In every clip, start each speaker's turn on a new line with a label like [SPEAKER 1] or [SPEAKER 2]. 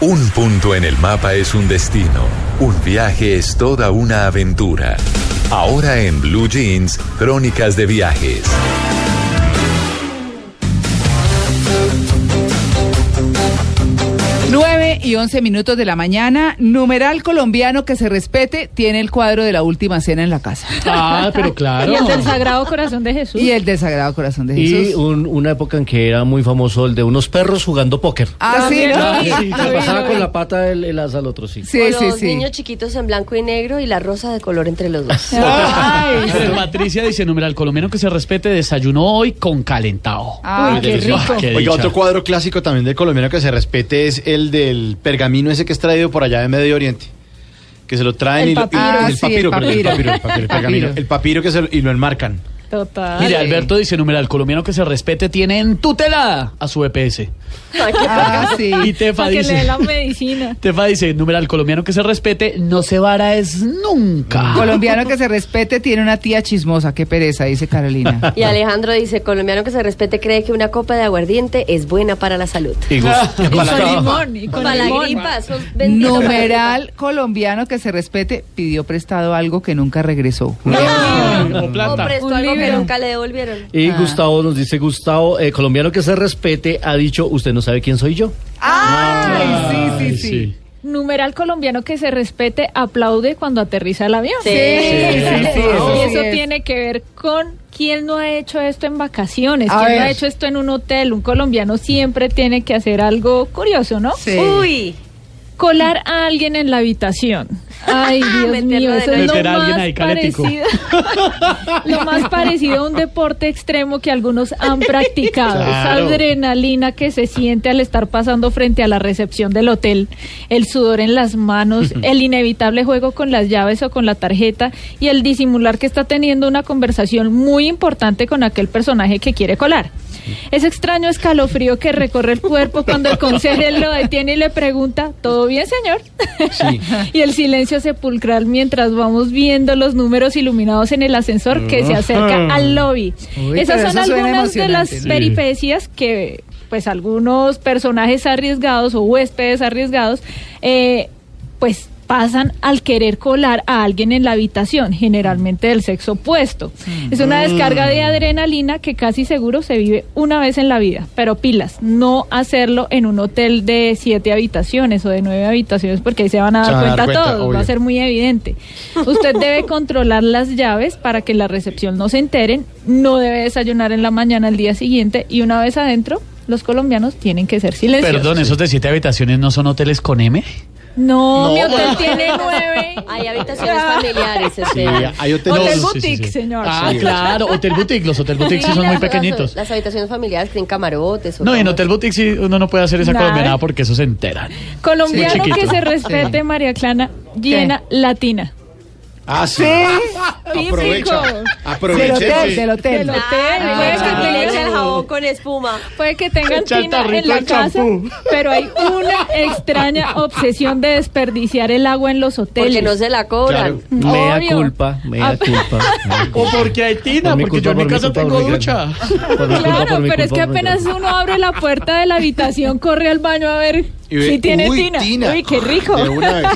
[SPEAKER 1] Un punto en el mapa es un destino. Un viaje es toda una aventura. Ahora en Blue Jeans, Crónicas de Viajes.
[SPEAKER 2] Nueve y 11 minutos de la mañana, numeral colombiano que se respete tiene el cuadro de la última cena en la casa.
[SPEAKER 3] Ah, pero claro.
[SPEAKER 4] Y el del Sagrado Corazón de Jesús.
[SPEAKER 2] Y el del Sagrado Corazón de Jesús.
[SPEAKER 3] Y un- una época en que era muy famoso el de unos perros jugando póker.
[SPEAKER 2] Ah, sí,
[SPEAKER 4] También,
[SPEAKER 2] ¿no?
[SPEAKER 4] sí.
[SPEAKER 3] Ah, sí,
[SPEAKER 4] lo
[SPEAKER 3] se
[SPEAKER 4] vi,
[SPEAKER 3] pasaba
[SPEAKER 4] lo
[SPEAKER 3] con
[SPEAKER 4] vi.
[SPEAKER 3] la pata el, el as al otro, sí.
[SPEAKER 2] Sí,
[SPEAKER 5] con
[SPEAKER 2] sí,
[SPEAKER 5] los
[SPEAKER 2] sí.
[SPEAKER 5] niños chiquitos en blanco y negro y la rosa de color entre los dos.
[SPEAKER 2] Ay,
[SPEAKER 6] Pero Patricia dice, numeral colombiano que se respete, desayunó hoy con calentado.
[SPEAKER 2] Ah,
[SPEAKER 4] qué rico.
[SPEAKER 6] Ah, qué
[SPEAKER 7] Oiga,
[SPEAKER 6] dicha.
[SPEAKER 7] otro cuadro clásico también del colombiano que se respete es el del pergamino ese que es traído por allá de Medio Oriente. Que se lo traen
[SPEAKER 4] El
[SPEAKER 7] y lo- y
[SPEAKER 4] papiro.
[SPEAKER 2] Ah,
[SPEAKER 7] el
[SPEAKER 2] sí,
[SPEAKER 7] papiro,
[SPEAKER 2] el
[SPEAKER 7] perdón, el
[SPEAKER 2] papiro.
[SPEAKER 7] papiro, el papiro, el pergamino,
[SPEAKER 2] Papiro.
[SPEAKER 7] el papiro que se lo- y lo enmarcan.
[SPEAKER 4] Total.
[SPEAKER 6] Mire,
[SPEAKER 2] Ay.
[SPEAKER 6] Alberto dice, numeral colombiano que se respete, tiene entutelada a su EPS.
[SPEAKER 5] Ay, qué
[SPEAKER 2] Ah, sí.
[SPEAKER 6] Y Tefa
[SPEAKER 4] Para que le dé
[SPEAKER 6] dice,
[SPEAKER 4] la medicina.
[SPEAKER 6] Tefa dice, numeral colombiano que se respete, no se vara es nunca.
[SPEAKER 2] Colombiano que se respete tiene una tía chismosa, qué pereza, dice Carolina.
[SPEAKER 5] Y Alejandro dice, colombiano que se respete cree que una copa de aguardiente es buena para la salud.
[SPEAKER 7] Y
[SPEAKER 6] Ah.
[SPEAKER 7] gus-
[SPEAKER 4] Y
[SPEAKER 7] para
[SPEAKER 4] con
[SPEAKER 7] la-
[SPEAKER 4] limón. Y con
[SPEAKER 5] para la
[SPEAKER 4] limón.
[SPEAKER 5] gripa, eso es bendito para la gripa.
[SPEAKER 2] Numeral colombiano que se respete pidió prestado algo que nunca regresó.
[SPEAKER 6] O
[SPEAKER 5] Ah. O
[SPEAKER 6] plata.
[SPEAKER 5] prestó
[SPEAKER 4] Un
[SPEAKER 5] algo que
[SPEAKER 4] libro.
[SPEAKER 5] nunca le devolvieron.
[SPEAKER 3] Y
[SPEAKER 2] Ah.
[SPEAKER 3] Gustavo nos dice, Gustavo, eh, colombiano que se respete, ha dicho, usted no sabe quién soy yo.
[SPEAKER 2] Ay, sí, sí,
[SPEAKER 6] Ay,
[SPEAKER 2] sí.
[SPEAKER 4] Numeral colombiano que se respete aplaude cuando aterriza el avión.
[SPEAKER 5] Sí.
[SPEAKER 2] sí, sí, eso
[SPEAKER 4] Y
[SPEAKER 2] sí
[SPEAKER 4] eso
[SPEAKER 2] es.
[SPEAKER 4] tiene que ver con quién no ha hecho esto en vacaciones,
[SPEAKER 2] A
[SPEAKER 4] quién no
[SPEAKER 2] ver.
[SPEAKER 4] ha hecho esto en un hotel. Un colombiano siempre tiene que hacer algo curioso, ¿no?
[SPEAKER 2] Sí.
[SPEAKER 5] Uy,
[SPEAKER 4] Colar a alguien en la habitación. Ay, Dios
[SPEAKER 5] Meterlo
[SPEAKER 4] mío,
[SPEAKER 5] de
[SPEAKER 4] eso es
[SPEAKER 6] Meter
[SPEAKER 4] lo
[SPEAKER 6] a alguien
[SPEAKER 4] más
[SPEAKER 6] ahí calético.
[SPEAKER 4] parecido. lo más parecido a un deporte extremo que algunos han practicado. Esa
[SPEAKER 3] Claro.
[SPEAKER 4] adrenalina que se siente al estar pasando frente a la recepción del hotel, el sudor en las manos, el inevitable juego con las llaves o con la tarjeta y el disimular que está teniendo una conversación muy importante con aquel personaje que quiere colar. Ese extraño escalofrío que recorre el cuerpo cuando el conserje lo detiene y le pregunta, ¿todo bien, señor? y el silencio sepulcral mientras vamos viendo los números iluminados en el ascensor que se acerca al lobby.
[SPEAKER 2] Ah. Uy,
[SPEAKER 4] Esas
[SPEAKER 2] pero
[SPEAKER 4] son
[SPEAKER 2] eso suena
[SPEAKER 4] algunas de las
[SPEAKER 2] emocionante, ¿no?
[SPEAKER 4] Sí. peripecias que pues algunos personajes arriesgados o huéspedes arriesgados eh, pues pasan al querer colar a alguien en la habitación, generalmente del sexo opuesto. Es una
[SPEAKER 7] Mm.
[SPEAKER 4] descarga de adrenalina que casi seguro se vive una vez en la vida, pero pilas, no hacerlo en un hotel de siete habitaciones o de nueve habitaciones porque ahí se van a
[SPEAKER 7] Se
[SPEAKER 4] dar
[SPEAKER 7] van a
[SPEAKER 4] cuenta,
[SPEAKER 7] dar cuenta,
[SPEAKER 4] todos, va a
[SPEAKER 7] obvio.
[SPEAKER 4] ser muy evidente. Usted debe controlar las llaves para que en la recepción no se enteren, no debe desayunar en la mañana al día siguiente y una vez adentro, los colombianos tienen que ser silenciosos.
[SPEAKER 6] Perdón, ¿esos de siete habitaciones no son hoteles con M?
[SPEAKER 4] No,
[SPEAKER 7] No,
[SPEAKER 4] mi hotel
[SPEAKER 7] bueno.
[SPEAKER 4] tiene nueve. Ah.
[SPEAKER 5] hay habitaciones familiares,
[SPEAKER 7] Sí,
[SPEAKER 5] espera.
[SPEAKER 7] hay hoteles-
[SPEAKER 4] Hotel
[SPEAKER 6] sí, sí,
[SPEAKER 4] boutique,
[SPEAKER 6] sí.
[SPEAKER 4] señor.
[SPEAKER 6] Ah,
[SPEAKER 7] Sí.
[SPEAKER 6] claro, Hotel Boutique. Los Hotel Boutique sí son muy
[SPEAKER 5] las-
[SPEAKER 6] pequeñitos.
[SPEAKER 5] Las, las habitaciones familiares tienen camarotes. o
[SPEAKER 6] No, y en
[SPEAKER 5] camas.
[SPEAKER 6] Hotel Boutique sí uno no puede hacer esa
[SPEAKER 4] Nada.
[SPEAKER 6] colombianada porque eso se enteran. Sí,
[SPEAKER 4] Colombiano
[SPEAKER 6] chiquito.
[SPEAKER 4] que se respete, María Clara, llena latina.
[SPEAKER 7] Ah, sí. Aprovecha.
[SPEAKER 2] Del
[SPEAKER 7] Aprovecha.
[SPEAKER 2] hotel,
[SPEAKER 7] sí.
[SPEAKER 2] del
[SPEAKER 4] Del
[SPEAKER 2] hotel.
[SPEAKER 4] hotel,
[SPEAKER 5] Ay,
[SPEAKER 4] puede que
[SPEAKER 5] que le
[SPEAKER 4] tengan-
[SPEAKER 5] echa el jabón con espuma.
[SPEAKER 4] Puede que tengan
[SPEAKER 6] Echa el
[SPEAKER 4] tina en
[SPEAKER 6] tarrito
[SPEAKER 4] la
[SPEAKER 6] al
[SPEAKER 4] casa,
[SPEAKER 6] champú.
[SPEAKER 4] pero hay una extraña obsesión de desperdiciar el agua en los hoteles.
[SPEAKER 5] Porque no se la cobran.
[SPEAKER 7] Claro.
[SPEAKER 3] Mea
[SPEAKER 4] Obvio.
[SPEAKER 3] culpa, mea
[SPEAKER 4] Ah,
[SPEAKER 3] culpa. mea
[SPEAKER 6] O
[SPEAKER 3] culpa.
[SPEAKER 6] porque hay tina,
[SPEAKER 3] Por mi
[SPEAKER 6] porque
[SPEAKER 3] culpa,
[SPEAKER 6] yo en mi
[SPEAKER 3] por mi
[SPEAKER 6] casa
[SPEAKER 3] culpa,
[SPEAKER 6] tengo
[SPEAKER 3] por mi
[SPEAKER 6] ducha.
[SPEAKER 3] Por mi culpa,
[SPEAKER 4] Claro,
[SPEAKER 3] por mi
[SPEAKER 4] pero es
[SPEAKER 3] culpa,
[SPEAKER 4] que
[SPEAKER 3] por mi
[SPEAKER 4] apenas
[SPEAKER 3] culpa.
[SPEAKER 4] uno abre la puerta de la habitación, corre al baño a ver
[SPEAKER 7] Y ve,
[SPEAKER 4] si tiene
[SPEAKER 7] uy,
[SPEAKER 4] tina. Uy, qué rico.
[SPEAKER 7] De una vez.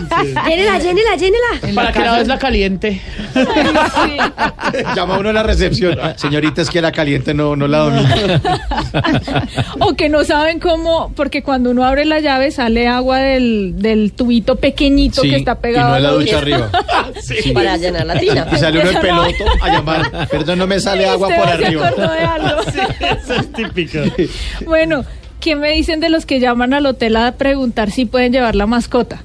[SPEAKER 5] Llénela, llénela, llénela.
[SPEAKER 6] Para que la vez la caliente.
[SPEAKER 4] Ay, sí.
[SPEAKER 7] Llama uno a la recepción. Señorita, es que la caliente no, no la domina.
[SPEAKER 4] O que no saben cómo, porque cuando uno abre la llave sale agua del, del tubito pequeñito
[SPEAKER 7] Sí,
[SPEAKER 4] que está
[SPEAKER 7] y
[SPEAKER 4] pegado.
[SPEAKER 7] no
[SPEAKER 4] a
[SPEAKER 7] es la
[SPEAKER 4] los-
[SPEAKER 7] ducha arriba.
[SPEAKER 5] Para llenar la tina.
[SPEAKER 7] Y sale uno en
[SPEAKER 4] Eso no. este
[SPEAKER 7] peloto a llamar. Perdón, no me
[SPEAKER 4] Ay,
[SPEAKER 7] sale agua
[SPEAKER 4] Esteban
[SPEAKER 7] por
[SPEAKER 4] se
[SPEAKER 7] arriba.
[SPEAKER 4] acordó de algo.
[SPEAKER 6] Esa es típica.
[SPEAKER 4] Bueno, ¿qué me dicen de los que llaman al hotel a preguntar si pueden llevar la mascota?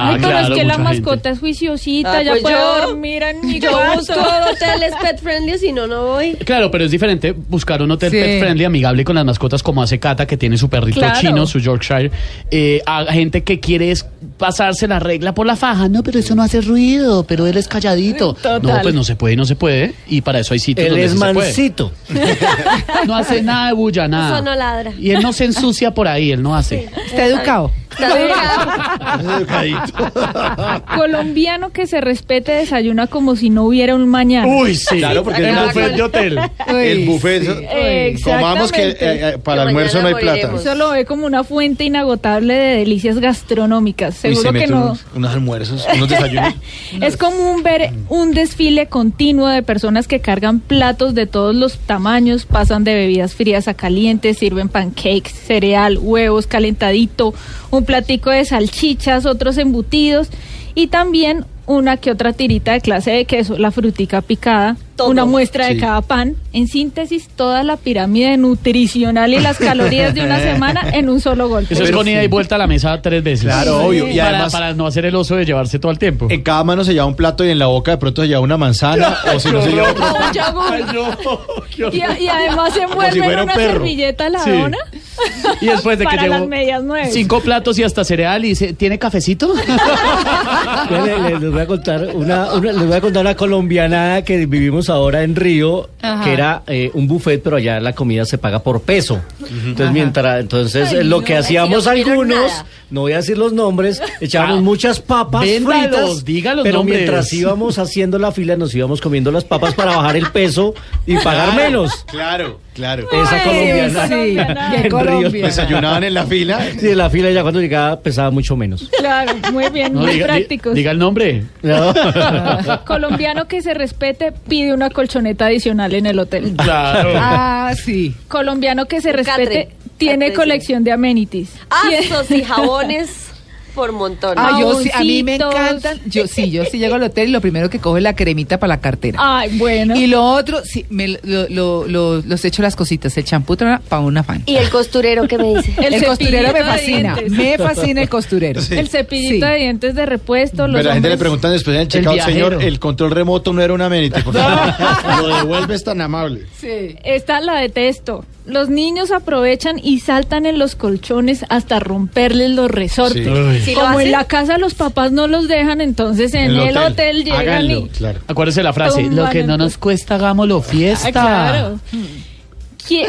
[SPEAKER 6] Ah,
[SPEAKER 4] Ay, pero
[SPEAKER 6] claro,
[SPEAKER 4] es que la
[SPEAKER 6] mucha gente.
[SPEAKER 4] mascota es juiciosita,
[SPEAKER 5] Ah,
[SPEAKER 4] ya
[SPEAKER 5] pues
[SPEAKER 4] puede
[SPEAKER 5] yo-
[SPEAKER 4] dormir en mi
[SPEAKER 5] Yo
[SPEAKER 4] cuarto.
[SPEAKER 5] busco hoteles pet friendly, si no, no voy.
[SPEAKER 6] Claro, pero es diferente buscar un hotel
[SPEAKER 2] Sí.
[SPEAKER 6] pet friendly, amigable con las mascotas, como hace Cata, que tiene su perrito
[SPEAKER 4] Claro.
[SPEAKER 6] chino, su Yorkshire. Eh, a gente que quiere es pasarse la regla por la faja. No, pero eso no hace ruido, pero él es calladito.
[SPEAKER 4] Total.
[SPEAKER 6] No, pues no se puede y no se puede. Y para eso hay sitios
[SPEAKER 3] Él
[SPEAKER 6] donde
[SPEAKER 3] es
[SPEAKER 6] sí se puede.
[SPEAKER 3] mansito.
[SPEAKER 6] No hace nada de bulla, nada.
[SPEAKER 5] Eso no ladra.
[SPEAKER 6] Y él no se ensucia por ahí, él no hace.
[SPEAKER 2] Está educado.
[SPEAKER 5] Está educado.
[SPEAKER 4] Colombiano que se respete desayuna como si no hubiera un mañana.
[SPEAKER 6] Uy, sí.
[SPEAKER 7] Claro, porque es
[SPEAKER 6] el
[SPEAKER 7] un
[SPEAKER 6] buffet
[SPEAKER 7] buffet.
[SPEAKER 6] de hotel.
[SPEAKER 7] El
[SPEAKER 2] Uy,
[SPEAKER 7] buffet.
[SPEAKER 2] sí.
[SPEAKER 7] eso-
[SPEAKER 4] Eh,
[SPEAKER 7] Comamos que eh, eh, para el
[SPEAKER 5] Que
[SPEAKER 7] almuerzo no hay
[SPEAKER 5] mañana
[SPEAKER 7] plata.
[SPEAKER 5] moriremos.
[SPEAKER 4] Eso lo ve como una fuente inagotable de delicias gastronómicas.
[SPEAKER 7] Y se
[SPEAKER 4] Seguro que
[SPEAKER 7] meten
[SPEAKER 4] no.
[SPEAKER 7] unos, unos almuerzos, unos desayunos.
[SPEAKER 4] Es común ver un desfile continuo de personas que cargan platos de todos los tamaños, pasan de bebidas frías a calientes, sirven pancakes, cereal, huevos, calentadito, un platico de salchichas, otros embutidos y también una que otra tirita de clase de queso, la frutica picada,
[SPEAKER 5] Todo.
[SPEAKER 4] una muestra de
[SPEAKER 7] Sí.
[SPEAKER 4] cada pan. En síntesis, toda la pirámide nutricional y las calorías de una semana en un solo golpe.
[SPEAKER 6] Eso es con ida y vuelta a la mesa tres veces.
[SPEAKER 7] Claro, obvio. Y
[SPEAKER 6] para,
[SPEAKER 7] además-
[SPEAKER 6] para no hacer el oso de llevarse todo el tiempo.
[SPEAKER 7] En cada mano se lleva un plato y en la boca de pronto se lleva una manzana o si no se lleva otro.
[SPEAKER 4] O un yogur.
[SPEAKER 6] qué horror.
[SPEAKER 4] Y, y además se envuelve en
[SPEAKER 6] fuera un
[SPEAKER 4] una
[SPEAKER 6] perro.
[SPEAKER 4] servilleta la
[SPEAKER 6] Sí.
[SPEAKER 4] dona.
[SPEAKER 6] Y después de que
[SPEAKER 4] Para
[SPEAKER 6] llevó
[SPEAKER 4] las medias nueve.
[SPEAKER 6] cinco platos y hasta cereal y dice, ¿tiene cafecito?
[SPEAKER 3] Ya le- le- les voy a contar una, una- les voy a contar una colombiana que vivimos ahora en Río,
[SPEAKER 2] Ajá.
[SPEAKER 3] que era eh, un buffet, pero allá la comida se paga por peso. Entonces, mientras, entonces
[SPEAKER 2] Ay,
[SPEAKER 3] eh, lo
[SPEAKER 2] no,
[SPEAKER 3] que
[SPEAKER 5] ahí sí no
[SPEAKER 3] hacíamos
[SPEAKER 5] comieron
[SPEAKER 3] algunos,
[SPEAKER 5] nada.
[SPEAKER 3] no voy a decir los nombres, echábamos
[SPEAKER 6] Ah,
[SPEAKER 3] muchas papas
[SPEAKER 6] véndalos,
[SPEAKER 3] fritas,
[SPEAKER 6] diga los
[SPEAKER 3] pero
[SPEAKER 6] nombres.
[SPEAKER 3] mientras íbamos haciendo la fila nos íbamos comiendo las papas para bajar el peso y pagar menos.
[SPEAKER 7] Claro, claro.
[SPEAKER 3] Esa
[SPEAKER 4] Ay,
[SPEAKER 3] colombiana.
[SPEAKER 4] sí. colombiana.
[SPEAKER 2] Qué
[SPEAKER 3] En
[SPEAKER 2] Colombia.
[SPEAKER 3] Río.
[SPEAKER 7] Desayunaban en la fila.
[SPEAKER 3] Sí, la fila ya cuando llegaba pesaba mucho menos.
[SPEAKER 4] Claro, muy bien,
[SPEAKER 6] No,
[SPEAKER 4] muy
[SPEAKER 6] diga, di-
[SPEAKER 4] prácticos.
[SPEAKER 6] diga el nombre.
[SPEAKER 4] Colombiano que se respete pide una colchoneta adicional en el hotel.
[SPEAKER 6] Claro.
[SPEAKER 2] Ah, sí.
[SPEAKER 4] Colombiano que se
[SPEAKER 5] Un catre.
[SPEAKER 4] respete tiene
[SPEAKER 5] Catre, sí.
[SPEAKER 4] colección de amenities.
[SPEAKER 5] Asos y jabones por montón.
[SPEAKER 2] Ah, yo sí, a mí me
[SPEAKER 4] Jaboncitos.
[SPEAKER 2] encantan. Yo sí, yo sí llego al hotel y lo primero que cojo es la cremita para la cartera.
[SPEAKER 4] Ay, bueno.
[SPEAKER 2] Y lo otro, sí, me lo- lo- lo- lo- los echo las cositas, el champú para una fan.
[SPEAKER 5] Y el costurero que me dice.
[SPEAKER 2] El, costurero me
[SPEAKER 4] cepillito de
[SPEAKER 2] fascina,
[SPEAKER 4] dientes.
[SPEAKER 2] me fascina el costurero.
[SPEAKER 4] El cepillito
[SPEAKER 2] Sí.
[SPEAKER 4] de dientes de repuesto.
[SPEAKER 7] Pero
[SPEAKER 4] los
[SPEAKER 7] la gente le
[SPEAKER 4] hombres-
[SPEAKER 7] preguntan después en el checkout,
[SPEAKER 6] viajero.
[SPEAKER 7] señor, el control remoto no era una amenity, por favor. Lo devuelves tan amable.
[SPEAKER 4] Esta la detesto. Los niños aprovechan y saltan en los colchones hasta romperles los resortes.
[SPEAKER 7] Sí.
[SPEAKER 6] Uy.
[SPEAKER 5] ¿Sí lo
[SPEAKER 4] Como en
[SPEAKER 5] hacen?
[SPEAKER 4] la casa los papás no los dejan, entonces en el, hotel, llegan
[SPEAKER 7] Háganlo,
[SPEAKER 4] y... Ah,
[SPEAKER 7] claro.
[SPEAKER 6] Acuérdese la frase,
[SPEAKER 4] Tumban
[SPEAKER 6] lo que no
[SPEAKER 4] el-
[SPEAKER 6] nos cuesta, hagámoslo fiesta.
[SPEAKER 4] Ah, claro. Que,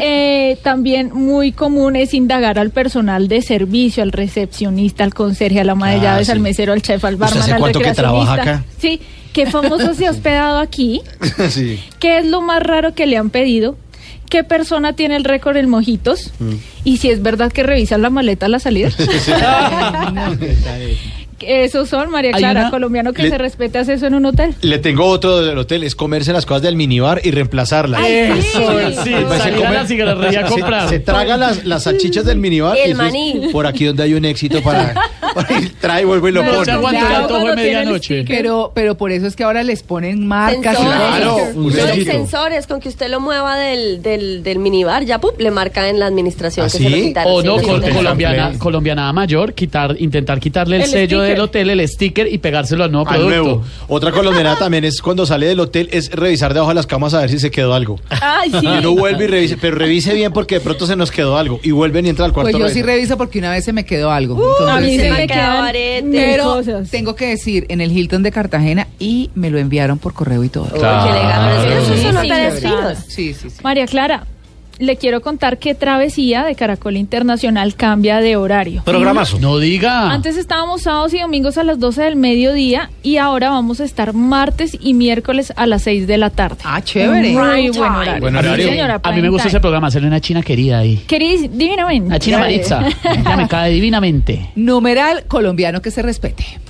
[SPEAKER 4] eh, también muy común es indagar al personal de servicio, al recepcionista, al conserje, a la ama de
[SPEAKER 7] Ah,
[SPEAKER 4] llaves,
[SPEAKER 7] sí.
[SPEAKER 4] al mesero, al chef, al
[SPEAKER 7] ¿Usted
[SPEAKER 4] barman,
[SPEAKER 7] hace
[SPEAKER 4] al
[SPEAKER 7] cuánto que
[SPEAKER 4] recreacionista.
[SPEAKER 7] trabaja acá?
[SPEAKER 4] Sí, qué famoso se ha hospedado aquí.
[SPEAKER 7] sí.
[SPEAKER 4] ¿Qué es lo más raro que le han pedido? ¿Qué persona tiene el récord en mojitos? ¿Y si es verdad que revisan la maleta a la salida? Esos son, María
[SPEAKER 6] Hay
[SPEAKER 4] Clara,
[SPEAKER 6] una-
[SPEAKER 4] colombiano que
[SPEAKER 7] le-
[SPEAKER 4] se respete hace eso en un hotel.
[SPEAKER 7] Le tengo otro del hotel, es comerse las cosas del minibar y reemplazarlas.
[SPEAKER 4] Ay,
[SPEAKER 6] Eso, sí,
[SPEAKER 7] Pues se
[SPEAKER 6] salir a
[SPEAKER 7] come-
[SPEAKER 6] la cigarrería a
[SPEAKER 7] se-
[SPEAKER 6] comprar.
[SPEAKER 7] Se, traga las, las salchichas del minibar.
[SPEAKER 5] El
[SPEAKER 7] y entonces,
[SPEAKER 5] maní.
[SPEAKER 7] Por aquí donde hay un éxito para... para ir, trae, vuelve y lo
[SPEAKER 4] No,
[SPEAKER 6] No
[SPEAKER 7] pone.
[SPEAKER 6] se aguanta el
[SPEAKER 2] Claro,
[SPEAKER 6] antojo de
[SPEAKER 4] cuando tiene el
[SPEAKER 6] medianoche.
[SPEAKER 2] Pero, pero por eso es que ahora les ponen marcas. y
[SPEAKER 5] Sensores.
[SPEAKER 2] cosas.
[SPEAKER 7] Ah, Claro, un
[SPEAKER 5] Son
[SPEAKER 7] sellito.
[SPEAKER 5] sensores con que usted lo mueva del, del, del minibar, ya pup, le marca en la administración
[SPEAKER 7] ¿Ah,
[SPEAKER 5] que
[SPEAKER 7] sí?
[SPEAKER 5] se lo quitaron.
[SPEAKER 6] O
[SPEAKER 5] Sí,
[SPEAKER 6] no,
[SPEAKER 5] sí,
[SPEAKER 6] col-
[SPEAKER 5] sí.
[SPEAKER 6] colombiana, colombiana mayor, quitar, intentar quitarle el,
[SPEAKER 4] El
[SPEAKER 6] sello
[SPEAKER 4] sticker.
[SPEAKER 6] del hotel, el sticker y pegárselo al nuevo
[SPEAKER 7] Al
[SPEAKER 6] producto.
[SPEAKER 7] nuevo. Otra colombiana también es cuando sale del hotel es revisar debajo de las camas a ver si se quedó algo.
[SPEAKER 4] Ay, sí.
[SPEAKER 7] Y uno vuelve y revise, pero revise bien porque de pronto se nos quedó algo. Y vuelven y entra al cuarto.
[SPEAKER 2] Pues yo
[SPEAKER 7] a
[SPEAKER 2] sí
[SPEAKER 7] revisar.
[SPEAKER 2] reviso porque una vez se me quedó algo.
[SPEAKER 4] a mí
[SPEAKER 2] Entonces,
[SPEAKER 4] se
[SPEAKER 2] sí.
[SPEAKER 5] me
[SPEAKER 4] me
[SPEAKER 5] quedaban
[SPEAKER 4] quedan
[SPEAKER 5] aretes.
[SPEAKER 4] mil
[SPEAKER 2] Pero
[SPEAKER 4] cosas.
[SPEAKER 2] tengo que decir, en el Hilton de Cartagena y me lo enviaron por correo y todo.
[SPEAKER 5] Uy, qué legal, pero es que esos son
[SPEAKER 4] Claro.
[SPEAKER 5] hoteles
[SPEAKER 4] Sí,
[SPEAKER 5] finos.
[SPEAKER 2] Sí, sí, sí.
[SPEAKER 4] María Clara, le quiero contar que Travesía de Caracol Internacional cambia de horario.
[SPEAKER 3] Programazo.
[SPEAKER 6] No diga.
[SPEAKER 4] Antes estábamos sábados y domingos a las 12 del mediodía y ahora vamos a estar martes y miércoles a las 6 de la tarde.
[SPEAKER 2] Ah, chévere.
[SPEAKER 4] Muy
[SPEAKER 2] Prime
[SPEAKER 4] buen horario.
[SPEAKER 7] Buen horario.
[SPEAKER 4] Sí, señora,
[SPEAKER 6] a mí
[SPEAKER 4] prime
[SPEAKER 6] me gusta Ah,
[SPEAKER 4] time.
[SPEAKER 6] ese programa, hacerle una china querida ahí.
[SPEAKER 4] Queridis, divinamente.
[SPEAKER 6] Una china Maritza. Ella me cae divinamente.
[SPEAKER 2] Numeral colombiano que se respete.